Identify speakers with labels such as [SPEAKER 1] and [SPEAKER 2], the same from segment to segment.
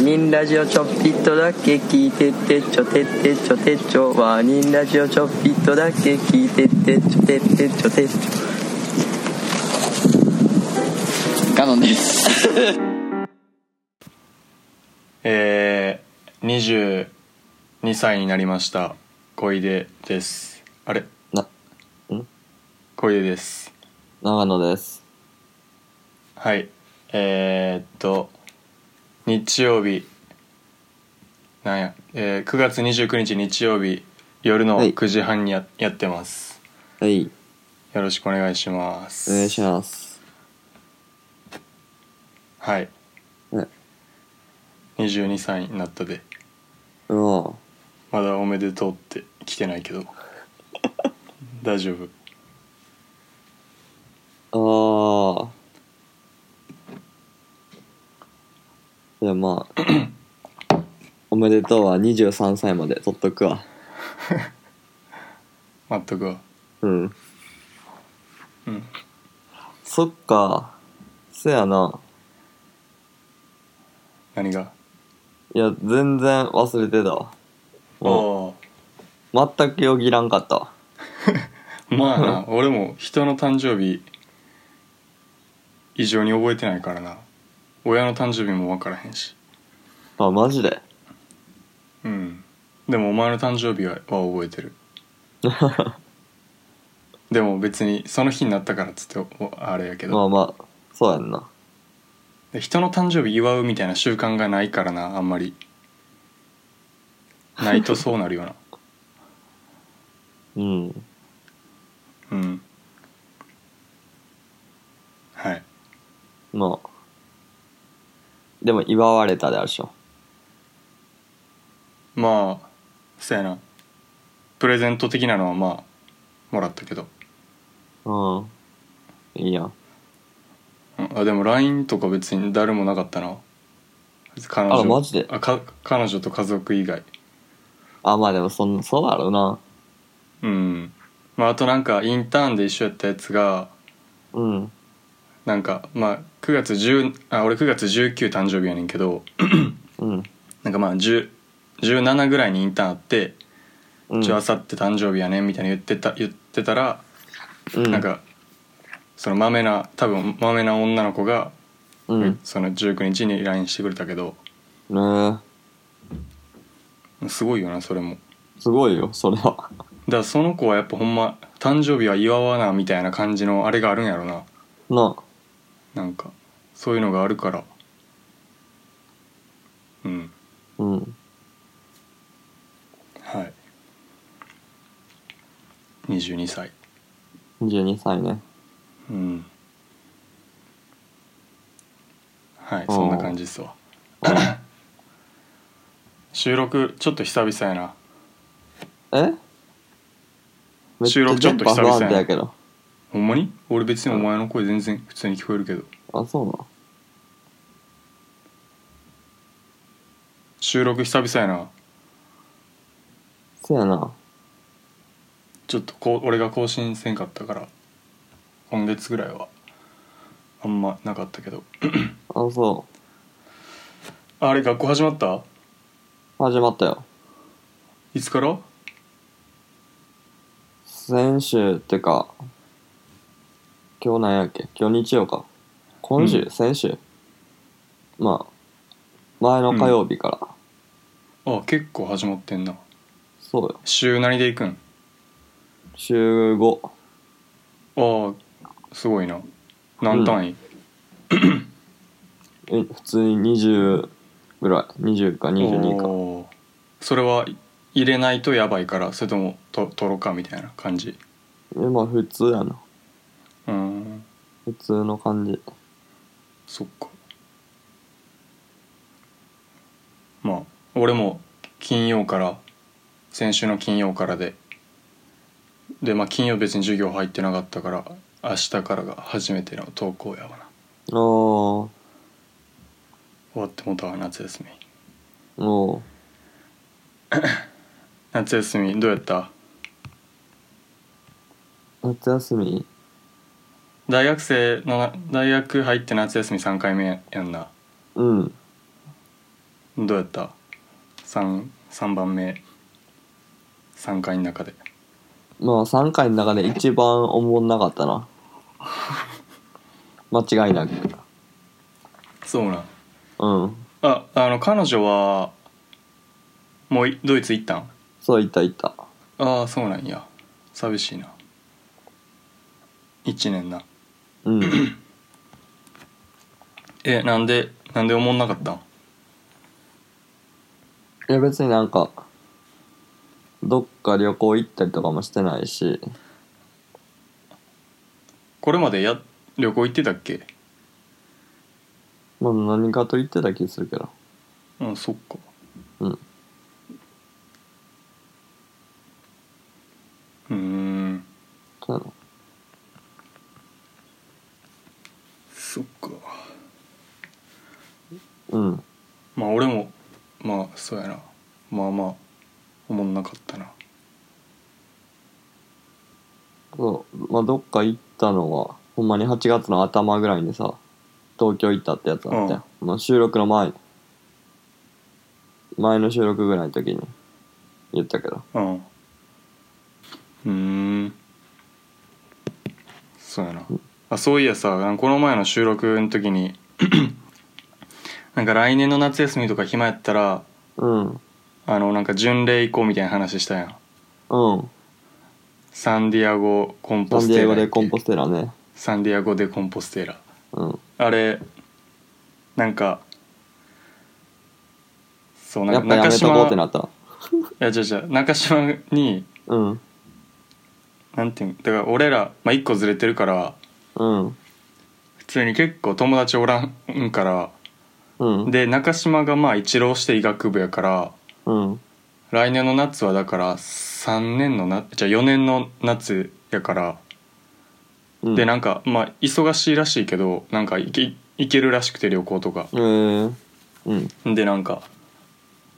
[SPEAKER 1] ニンラジオちょっぴっとだけ聞いてってちょてってちょてちょワニンラジオちょっぴっとだけ聞いてってちょてってちょてちょ
[SPEAKER 2] ガノンです
[SPEAKER 3] えー、22歳になりました小出ですあれ
[SPEAKER 4] な、
[SPEAKER 3] 小出です
[SPEAKER 4] 長野です。
[SPEAKER 3] はいえー、っと日曜日なんや、えー、9月29日日曜日夜の
[SPEAKER 4] はい
[SPEAKER 3] 9時半にや,、やってます
[SPEAKER 4] はい、
[SPEAKER 3] よろしくお願いします
[SPEAKER 4] お願いします。
[SPEAKER 3] はい
[SPEAKER 4] ね、
[SPEAKER 3] 22歳になったで
[SPEAKER 4] うん、
[SPEAKER 3] まだおめでとうって来てない けど大丈夫
[SPEAKER 4] ああ。いや、まあ、おめでとうは23歳まで取っとくわ。
[SPEAKER 3] 待っとくわ
[SPEAKER 4] うん。
[SPEAKER 3] うん
[SPEAKER 4] そっか、せやな。
[SPEAKER 3] 何が
[SPEAKER 4] いや、全然忘れてたわ。も
[SPEAKER 3] おー
[SPEAKER 4] う、全くよぎらんかったわ。
[SPEAKER 3] まあ な俺も人の誕生日異常に覚えてないからな親の誕生日も分からへんし
[SPEAKER 4] あ、マジで。
[SPEAKER 3] うんでもお前の誕生日はは覚えて るでも別にその日になったからっつっておあれやけど、
[SPEAKER 4] まあまあ、そうやんな。
[SPEAKER 3] で人の誕生日祝うみたいな習慣がないからなあんまりないとそうなるよ な
[SPEAKER 4] うん。
[SPEAKER 3] うんはい
[SPEAKER 4] まあ。でも、祝われたであるでしょ。
[SPEAKER 3] まあそやなプレゼント的なのはまあもらったけど、
[SPEAKER 4] うん。いいやん。
[SPEAKER 3] うんあでも LINE とか別に誰もなかったな彼女
[SPEAKER 4] あマジで
[SPEAKER 3] あか彼女と家族以外
[SPEAKER 4] あ、まあでもそん、そうだろうな。
[SPEAKER 3] うんまああとなんかインターンで一緒やったやつが
[SPEAKER 4] うん。
[SPEAKER 3] なんかまあ9月10あ俺9月19誕生日やねんけど
[SPEAKER 4] うん。
[SPEAKER 3] なんかまあ10 17ぐらいにインターンあって
[SPEAKER 4] う
[SPEAKER 3] 「ちょあ
[SPEAKER 4] ん。
[SPEAKER 3] さって誕生日やねん」みたいな言ってた言ってたら
[SPEAKER 4] うん
[SPEAKER 3] なんかそのまめな多分まめな女の子が
[SPEAKER 4] うん。ね
[SPEAKER 3] その19日に LINE してくれたけど
[SPEAKER 4] え。
[SPEAKER 3] すごいよなそれも
[SPEAKER 4] すごいよ、それは。
[SPEAKER 3] だからその子はやっぱほんま誕生日は祝わなみたいな感じのあれがあるんやろな
[SPEAKER 4] な
[SPEAKER 3] なんかそういうのがあるからうん
[SPEAKER 4] あ。うん。
[SPEAKER 3] はい22歳
[SPEAKER 4] 22歳ね。
[SPEAKER 3] うんはいそんな感じっすわ 収録ちょっと久々やな
[SPEAKER 4] えめ
[SPEAKER 3] 収録ちょっと久々や
[SPEAKER 4] 電
[SPEAKER 3] ね
[SPEAKER 4] 波不安定やけど。
[SPEAKER 3] ほんまに俺別にお前の声全然普通に聞こえるけど
[SPEAKER 4] あ、そう
[SPEAKER 3] 収録久々やな
[SPEAKER 4] な。そうやな。
[SPEAKER 3] ちょっとこう俺が更新せんかったから今月ぐらいはあんまなかったけど
[SPEAKER 4] あ、そ
[SPEAKER 3] あれ学校始まった
[SPEAKER 4] う。始まったよ。
[SPEAKER 3] いつから
[SPEAKER 4] 先週ってか、今日なんやっけ今日日曜か。今週、
[SPEAKER 3] う
[SPEAKER 4] 先週まあ、前の火曜日から。
[SPEAKER 3] あ結構始まってんな
[SPEAKER 4] そうよ。
[SPEAKER 3] 週何で行くん
[SPEAKER 4] 週5。
[SPEAKER 3] ああすごいな何単位、
[SPEAKER 4] え普通に20ぐらい20か22か
[SPEAKER 3] おーそれは入れないとやばいからそれともと取ろうかみたいな感じ
[SPEAKER 4] えまあ普通やな
[SPEAKER 3] うーん
[SPEAKER 4] 普通の感じ
[SPEAKER 3] そっかまあ俺も金曜から先週の金曜からででまあ金曜別に授業入ってなかったから明日からが初めての登校やわな
[SPEAKER 4] ああお
[SPEAKER 3] 終わってもうたわ夏休み
[SPEAKER 4] お
[SPEAKER 3] 夏休みどうやった
[SPEAKER 4] 夏休み
[SPEAKER 3] 大学生の大学入って夏休み3回目やんな
[SPEAKER 4] うん
[SPEAKER 3] どうやった 3, 3番目3回の中で
[SPEAKER 4] まあ3回の中で一番おもんなかった な間違いなく
[SPEAKER 3] そうなん
[SPEAKER 4] うん
[SPEAKER 3] ああの彼女はもういドイツ行ったん
[SPEAKER 4] そういったいった
[SPEAKER 3] ああそうなんや寂しいな1年な
[SPEAKER 4] うん
[SPEAKER 3] えなんでなんで思んなかったん
[SPEAKER 4] いや別になんかどっか旅行行ったりとかもしてないし
[SPEAKER 3] これまでや旅行行ってたっけ
[SPEAKER 4] まあ何かと言ってた気するけど
[SPEAKER 3] うんそっか
[SPEAKER 4] うん
[SPEAKER 3] うーん
[SPEAKER 4] そうやな
[SPEAKER 3] そっか
[SPEAKER 4] うん
[SPEAKER 3] まあ俺もまあそうやなまあまあ思んなかったな
[SPEAKER 4] そうまあどっか行ったのはほんまに8月の頭ぐらいにさ東京行ったってやつあったよ、まあ、収録の前前の収録ぐらいの時に言ったけど
[SPEAKER 3] うんうーんそうやなあそういやさこの前の収録の時に なんか来年の夏休みとか暇やったら
[SPEAKER 4] うん
[SPEAKER 3] あのなんか巡礼行こうみたいな話したやん
[SPEAKER 4] うん
[SPEAKER 3] サンディアゴコン
[SPEAKER 4] サ
[SPEAKER 3] ポ
[SPEAKER 4] ン
[SPEAKER 3] ス
[SPEAKER 4] ディ
[SPEAKER 3] テ
[SPEAKER 4] エ
[SPEAKER 3] ー
[SPEAKER 4] ゴ
[SPEAKER 3] ラ
[SPEAKER 4] でコンポステラね
[SPEAKER 3] サンディアゴ・デ・コンポステーラ
[SPEAKER 4] うん
[SPEAKER 3] あれなんかそうな
[SPEAKER 4] やっ
[SPEAKER 3] ん
[SPEAKER 4] ぱ
[SPEAKER 3] か
[SPEAKER 4] や
[SPEAKER 3] 中
[SPEAKER 4] めとこ
[SPEAKER 3] 島
[SPEAKER 4] うって
[SPEAKER 3] い
[SPEAKER 4] なった
[SPEAKER 3] や違う違う中島に
[SPEAKER 4] うん
[SPEAKER 3] なんていうんだから俺ら、まあ、1個ずれてるから
[SPEAKER 4] うん
[SPEAKER 3] 普通に結構友達おらんから
[SPEAKER 4] うん
[SPEAKER 3] で中島がまあ一浪して医学部やから
[SPEAKER 4] うん
[SPEAKER 3] 来年の夏はだから3年のなじゃあ4年の夏やから
[SPEAKER 4] うん
[SPEAKER 3] でなんかまあ忙しいらしいけどなんか行け行けるらしくて旅行とか
[SPEAKER 4] えー、うん
[SPEAKER 3] でなんか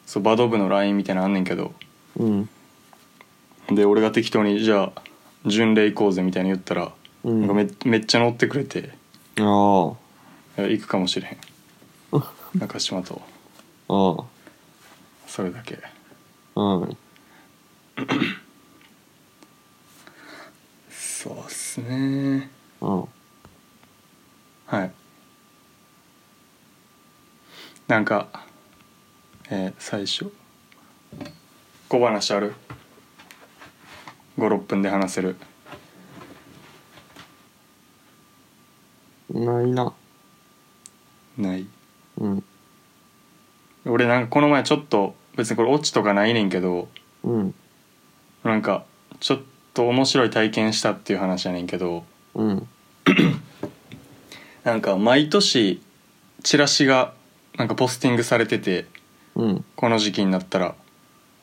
[SPEAKER 3] そうバド部の LINE みたいなのあんねんけど
[SPEAKER 4] うん
[SPEAKER 3] で俺が適当にじゃあ巡礼行こうぜみたいに言ったら、
[SPEAKER 4] うん
[SPEAKER 3] なんかめめっちゃ乗ってくれて
[SPEAKER 4] ああ
[SPEAKER 3] 行くかもしれへん中島と
[SPEAKER 4] あ
[SPEAKER 3] それだけ
[SPEAKER 4] あうん
[SPEAKER 3] そうっすね
[SPEAKER 4] うん
[SPEAKER 3] はいなんかえー最初小話ある56分で話せる
[SPEAKER 4] ないな
[SPEAKER 3] ない
[SPEAKER 4] うん
[SPEAKER 3] 俺なんかこの前ちょっと別にこれオチとかないねんけど
[SPEAKER 4] うん
[SPEAKER 3] なんかちょっと面白い体験したっていう話やねんけど
[SPEAKER 4] うん
[SPEAKER 3] なんか毎年チラシがなんかポスティングされてて
[SPEAKER 4] うん
[SPEAKER 3] この時期になったら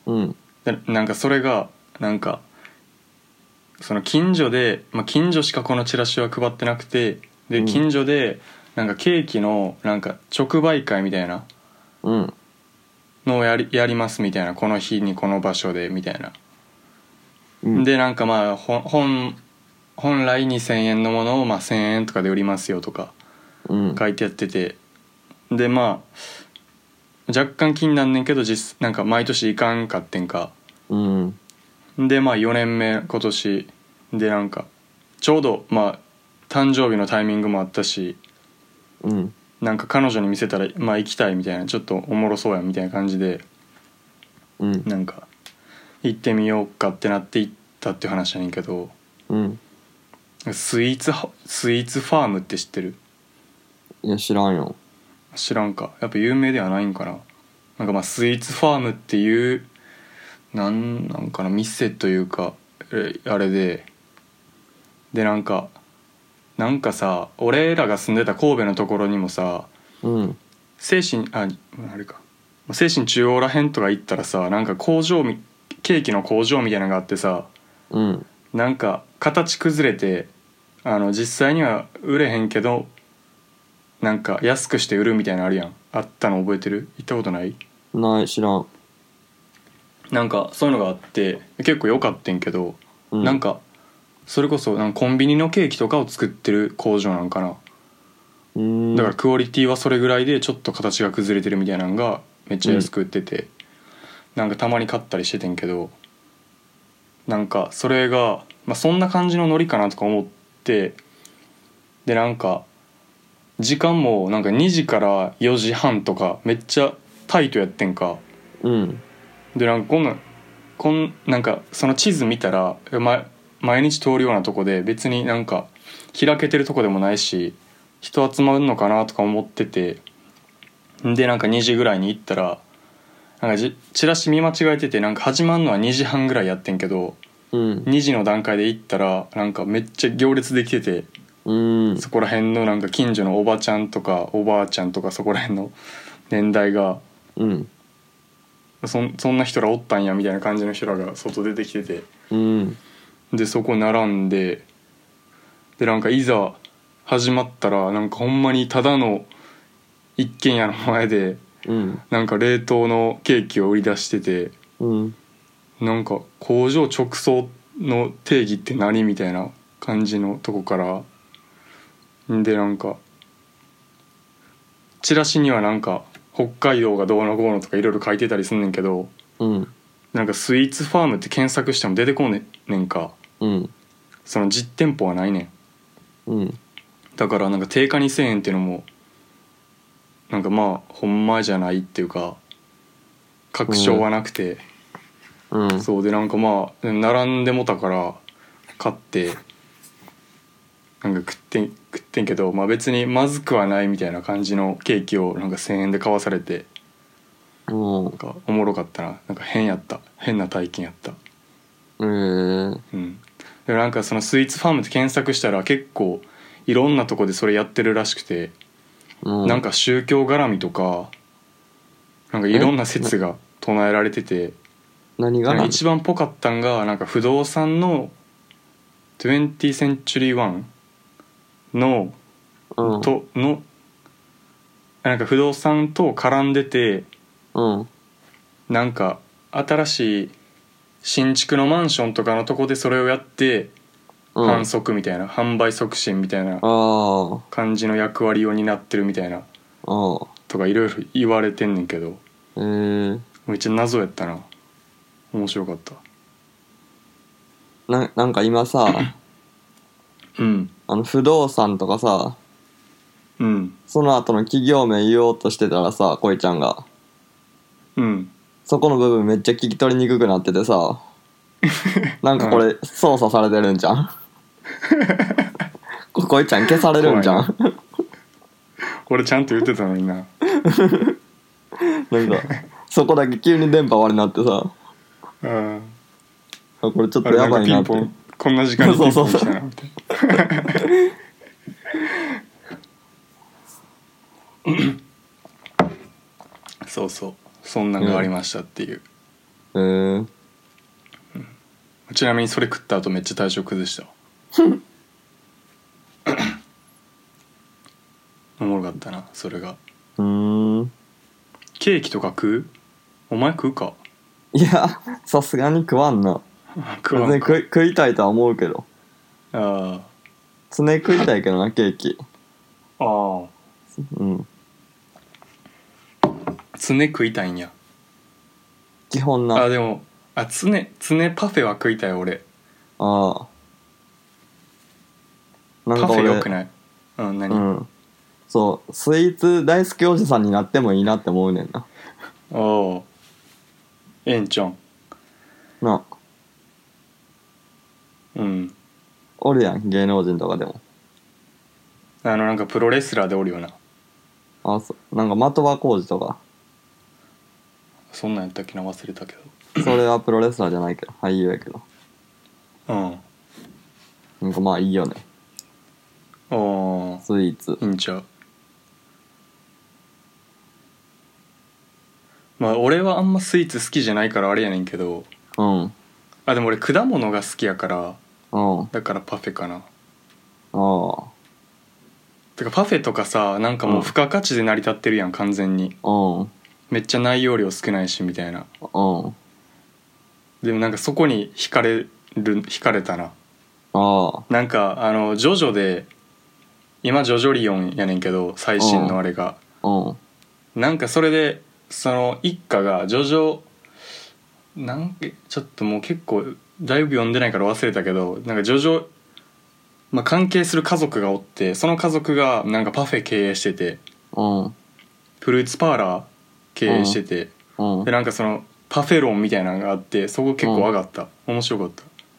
[SPEAKER 4] うん
[SPEAKER 3] でなんかそれがなんかその近所で、まあ、近所しかこのチラシは配ってなくて
[SPEAKER 4] う
[SPEAKER 3] で
[SPEAKER 4] ん
[SPEAKER 3] 近所でなんかケーキのなんか直売会みたいな
[SPEAKER 4] うん
[SPEAKER 3] のをやりやりますみたいなこの日にこの場所でみたいな
[SPEAKER 4] うん
[SPEAKER 3] でなんかまあほん本本来2,000円のものをまあ1,000円とかで売りますよとか
[SPEAKER 4] うん
[SPEAKER 3] 書いてやっててでまあ若干気になんねんけど実なんか毎年いかんかってんか
[SPEAKER 4] うん
[SPEAKER 3] でまあ4年目今年でなんかちょうどまあ誕生日のタイミングもあったし
[SPEAKER 4] うん
[SPEAKER 3] なんか彼女に見せたらまあ行きたいみたいなちょっとおもろそうやみたいな感じで
[SPEAKER 4] うん
[SPEAKER 3] なんか行ってみようかってなって行ったっていう話やねんけど
[SPEAKER 4] うん
[SPEAKER 3] スイーツハスイーツファームって知ってる
[SPEAKER 4] いや知らんよ
[SPEAKER 3] 知らんかやっぱ有名ではないんかななんかまあスイーツファームっていうなんなんかな店というかえあれででなんかなんかさ俺らが住んでた神戸のところにもさ
[SPEAKER 4] うん
[SPEAKER 3] 精神ああれか精神中央らへんとか行ったらさなんか工場みケーキの工場みたいなのがあってさ
[SPEAKER 4] うん
[SPEAKER 3] なんか形崩れてあの実際には売れへんけどなんか安くして売るみたいなのあるやんあったの覚えてる行ったことない
[SPEAKER 4] ない知らん、
[SPEAKER 3] なんかそういうのがあって結構良かったんけど、
[SPEAKER 4] うん、
[SPEAKER 3] なんかそれこそなんかコンビニのケーキとかを作ってる工場なんかな、
[SPEAKER 4] うーん
[SPEAKER 3] だからクオリティはそれぐらいでちょっと形が崩れてるみたいなのがめっちゃ安く売ってて、なんかたまに買ったりしててんけどなんかそれが、まあ、そんな感じのノリかなとか思ってでなんか時間もなんか2時から4時半とかめっちゃタイトやってんか
[SPEAKER 4] うん
[SPEAKER 3] でなんかこんなんこんなんかその地図見たら、ま、毎日通るようなとこで別になんか開けてるとこでもないし人集まるのかなとか思っててでなんか2時ぐらいに行ったらなんかじチラシ見間違えててなんか始まるのは2時半ぐらいやってんけど
[SPEAKER 4] うん
[SPEAKER 3] 2時の段階で行ったらなんかめっちゃ行列できてて
[SPEAKER 4] うん
[SPEAKER 3] そこら辺のなんか近所のおばちゃんとかおばあちゃんとかそこら辺の年代が
[SPEAKER 4] うん
[SPEAKER 3] そんそんな人らおったんやみたいな感じの人らが外出てきてて
[SPEAKER 4] うん
[SPEAKER 3] でそこ並んででなんかいざ始まったらなんかほんまにただの一軒家の前で
[SPEAKER 4] うん
[SPEAKER 3] なんか冷凍のケーキを売り出してて
[SPEAKER 4] うん
[SPEAKER 3] なんか工場直送の定義って何みたいな感じのとこからんでなんかチラシにはなんか北海道がどうのこうのとかいろいろ書いてたりすんねんけど
[SPEAKER 4] うん
[SPEAKER 3] なんかスイーツファームって検索しても出てこんねねんか
[SPEAKER 4] うん
[SPEAKER 3] その実店舗はないねん
[SPEAKER 4] うん
[SPEAKER 3] だからなんか定価2,000円っていうのもなんかまあほんまじゃないっていうか確証はなくて、
[SPEAKER 4] うん
[SPEAKER 3] そうでなんかまあ並んでもたから買ってなんか食ってん食ってんけど、まあ、別にまずくはないみたいな感じのケーキをなんか1,000円で買わされて
[SPEAKER 4] も
[SPEAKER 3] なんかおもろかったななんか変やった変な体験やった。
[SPEAKER 4] うえ
[SPEAKER 3] うん、でもなんかそのスイーツファームって検索したら結構いろんなとこでそれやってるらしくて、
[SPEAKER 4] えもう
[SPEAKER 3] なんか宗教絡みとかなんかいろんな説が唱えられてて
[SPEAKER 4] 何が
[SPEAKER 3] なん
[SPEAKER 4] な
[SPEAKER 3] か
[SPEAKER 4] ん
[SPEAKER 3] 一番ぽかったんがなんか不動産の 20th Century 1の
[SPEAKER 4] うん
[SPEAKER 3] とのなんか不動産と絡んでて
[SPEAKER 4] うん
[SPEAKER 3] なんか新しい新築のマンションとかのとこでそれをやって
[SPEAKER 4] うん
[SPEAKER 3] 販促みたいな、販売促進みたいな
[SPEAKER 4] あ
[SPEAKER 3] 感じの役割を担ってるみたいな
[SPEAKER 4] あああ
[SPEAKER 3] とかいろいろ言われてんねんけど
[SPEAKER 4] えー、
[SPEAKER 3] めっちゃ謎やったな面白かった
[SPEAKER 4] ななんか今さ
[SPEAKER 3] うん
[SPEAKER 4] あの不動産とかさ
[SPEAKER 3] うん
[SPEAKER 4] その後の企業名言おうとしてたらさこいちゃんが
[SPEAKER 3] うん
[SPEAKER 4] そこの部分めっちゃ聞き取りにくくなってて さなんかこれ操作されてるんじゃ んここいちゃん消されるんじゃん
[SPEAKER 3] これちゃんと言ってたのに な
[SPEAKER 4] なんかそこだけ急に電波悪になってさ
[SPEAKER 3] あ
[SPEAKER 4] あこれちょっ
[SPEAKER 3] あ
[SPEAKER 4] と
[SPEAKER 3] れ
[SPEAKER 4] や
[SPEAKER 3] なん
[SPEAKER 4] ば
[SPEAKER 3] か
[SPEAKER 4] い
[SPEAKER 3] ピ
[SPEAKER 4] なっ
[SPEAKER 3] ン
[SPEAKER 4] て
[SPEAKER 3] ポンこんな時間にピンポン来たな
[SPEAKER 4] そ
[SPEAKER 3] みたいな そうそうそんなんがありましたっていう、
[SPEAKER 4] えー、
[SPEAKER 3] ちなみにそれ食った後めっちゃ体調 崩したわおもろかったなそれが
[SPEAKER 4] うーん
[SPEAKER 3] ケーキとか食うお前食うか
[SPEAKER 4] いやさすがに食わんな
[SPEAKER 3] 食
[SPEAKER 4] 別
[SPEAKER 3] わ
[SPEAKER 4] に
[SPEAKER 3] んか
[SPEAKER 4] 食い食いたいとは思うけど
[SPEAKER 3] あ
[SPEAKER 4] 常に食いたいけどなケーキ
[SPEAKER 3] ああ
[SPEAKER 4] うん
[SPEAKER 3] 常食いたいんや
[SPEAKER 4] 基本な
[SPEAKER 3] あ
[SPEAKER 4] あ
[SPEAKER 3] でもあ常常パフェは食いたい俺
[SPEAKER 4] あなん
[SPEAKER 3] パ
[SPEAKER 4] か
[SPEAKER 3] フェ
[SPEAKER 4] 俺
[SPEAKER 3] よくないうん何、
[SPEAKER 4] う
[SPEAKER 3] あ
[SPEAKER 4] んそうスイーツ大好きおじさんになってもいいなって思うねんな
[SPEAKER 3] あええんちゃん
[SPEAKER 4] な
[SPEAKER 3] うん
[SPEAKER 4] おるやん芸能人とかでも
[SPEAKER 3] あのなんかプロレスラーでおるよな
[SPEAKER 4] あそうなんか的場浩二とか
[SPEAKER 3] そんなんやったっけな忘れたけど
[SPEAKER 4] それはプロレスラーじゃないけど俳優やけど
[SPEAKER 3] うん
[SPEAKER 4] なんかまあいいよね
[SPEAKER 3] ああ
[SPEAKER 4] スイーツ
[SPEAKER 3] いいんちゃうまあ俺はあんまスイーツ好きじゃないからあれやねんけど
[SPEAKER 4] うんうん
[SPEAKER 3] あでも俺果物が好きやから
[SPEAKER 4] あ
[SPEAKER 3] だからパフェかな
[SPEAKER 4] あ
[SPEAKER 3] てかパフェとかさなんかもう付加価値で成り立ってるやん完全に
[SPEAKER 4] うんうん
[SPEAKER 3] めっちゃ内容量少ないしみたいなでもなんかそこに惹かれる惹かれたな
[SPEAKER 4] あ
[SPEAKER 3] なんかあのジョジョで今ジョジョリオンやねんけど最新のあれが
[SPEAKER 4] あうん
[SPEAKER 3] なんかそれでその一家がジョジョなんかちょっともう結構だいぶ読んでないから忘れたけどなんかジョジョ、まあ、関係する家族がおってその家族がなんかパフェ経営してて
[SPEAKER 4] うん
[SPEAKER 3] フルーツパーラー経営してて、
[SPEAKER 4] うん
[SPEAKER 3] でなんかそのパフェ論みたいなのがあってそこ結構上がった、面白かっ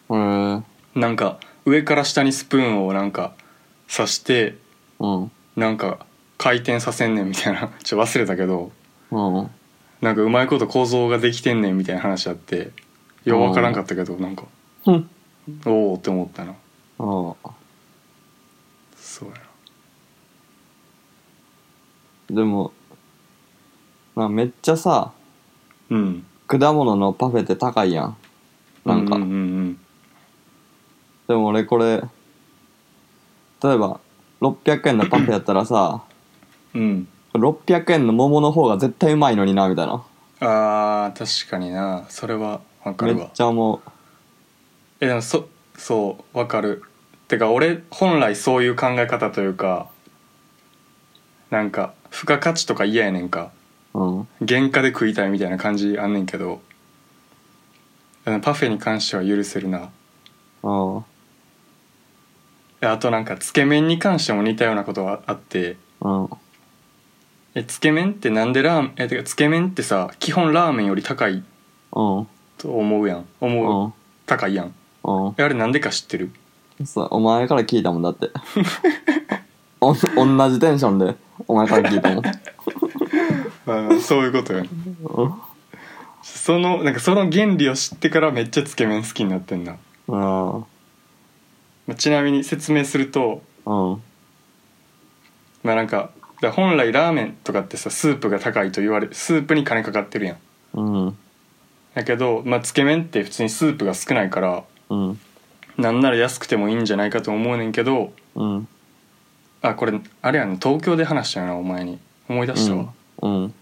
[SPEAKER 3] た
[SPEAKER 4] へえ
[SPEAKER 3] なんか上から下にスプーンをなんか刺して
[SPEAKER 4] うん
[SPEAKER 3] なんか回転させんねんみたいな ちょっと忘れたけど
[SPEAKER 4] うん
[SPEAKER 3] なんかうまいこと構造ができてんねんみたいな話あってようわからんかったけどなんか
[SPEAKER 4] ふん
[SPEAKER 3] おおって思った
[SPEAKER 4] う
[SPEAKER 3] な
[SPEAKER 4] ん
[SPEAKER 3] そうやな
[SPEAKER 4] でもまあめっちゃさ
[SPEAKER 3] うん
[SPEAKER 4] 果物のパフェって高いやんなんか、
[SPEAKER 3] うんうんうん
[SPEAKER 4] でも俺これ例えば600円のパフェやったらさ
[SPEAKER 3] うん
[SPEAKER 4] 600円の桃の方が絶対うまいのになみたいな
[SPEAKER 3] あー確かになそれはわか
[SPEAKER 4] め
[SPEAKER 3] る
[SPEAKER 4] っ
[SPEAKER 3] わ
[SPEAKER 4] ちゃも
[SPEAKER 3] えでもそそうわかるてか俺本来そういう考え方というかなんか付加価値とか嫌やねんか
[SPEAKER 4] ううん
[SPEAKER 3] 原価で食いたいみたいな感じあんねんけどあのパフェに関しては許せるな
[SPEAKER 4] うん
[SPEAKER 3] えあとなんかつけ麺に関しても似たようなことがあって
[SPEAKER 4] うん
[SPEAKER 3] えつけ麺ってなんでラーメンえてかつけ麺ってさ基本ラーメンより高い
[SPEAKER 4] うん
[SPEAKER 3] と思うやん
[SPEAKER 4] う
[SPEAKER 3] 思う、
[SPEAKER 4] ん
[SPEAKER 3] 高いやん
[SPEAKER 4] うん
[SPEAKER 3] えあれなんでか知ってる
[SPEAKER 4] そうお前から聞いたもんだって お同じテンションでお前から聞いたもん
[SPEAKER 3] あそういうことよねそのなんかその原理を知ってからめっちゃつけ麺好きになってんな、
[SPEAKER 4] うん
[SPEAKER 3] まあちなみに説明すると
[SPEAKER 4] うん
[SPEAKER 3] まあなんかだから本来ラーメンとかってさスープが高いと言われスープに金かかってるやん
[SPEAKER 4] うん
[SPEAKER 3] だけど、まあ、つけ麺って普通にスープが少ないから
[SPEAKER 4] うん
[SPEAKER 3] なんなら安くてもいいんじゃないかと思うねんけど
[SPEAKER 4] うん
[SPEAKER 3] あこれあれやん東京で話したよなお前に思い出したわ、
[SPEAKER 4] うん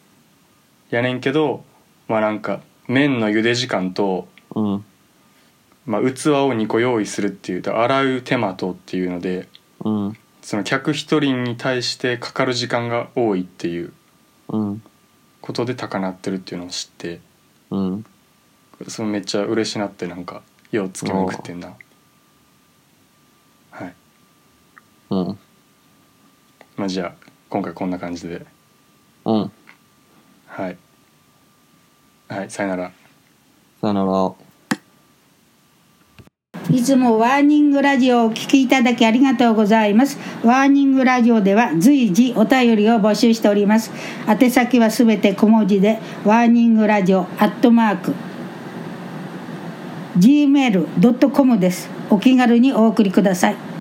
[SPEAKER 3] やねんけどまあなんか麺の茹で時間と、
[SPEAKER 4] うん
[SPEAKER 3] まあ、器を2個用意するっていうだから洗う手間とっていうので
[SPEAKER 4] うん
[SPEAKER 3] その客1人に対してかかる時間が多いっていう
[SPEAKER 4] うん
[SPEAKER 3] ことで高鳴ってるっていうのを知って
[SPEAKER 4] うん
[SPEAKER 3] それめっちゃ嬉しなってなんかようつけ麺食ってんなはい
[SPEAKER 4] うん
[SPEAKER 3] まあじゃあ今回こんな感じで
[SPEAKER 4] うん
[SPEAKER 3] はいはいさよなら
[SPEAKER 4] さよなら
[SPEAKER 5] いつもワーニングラジオをお聞きいただきありがとうございます。ワーニングラジオでは随時お便りを募集しております。宛先はすべて小文字で、ワーニングラジオアットマーク、gmail.com です。お気軽にお送りください。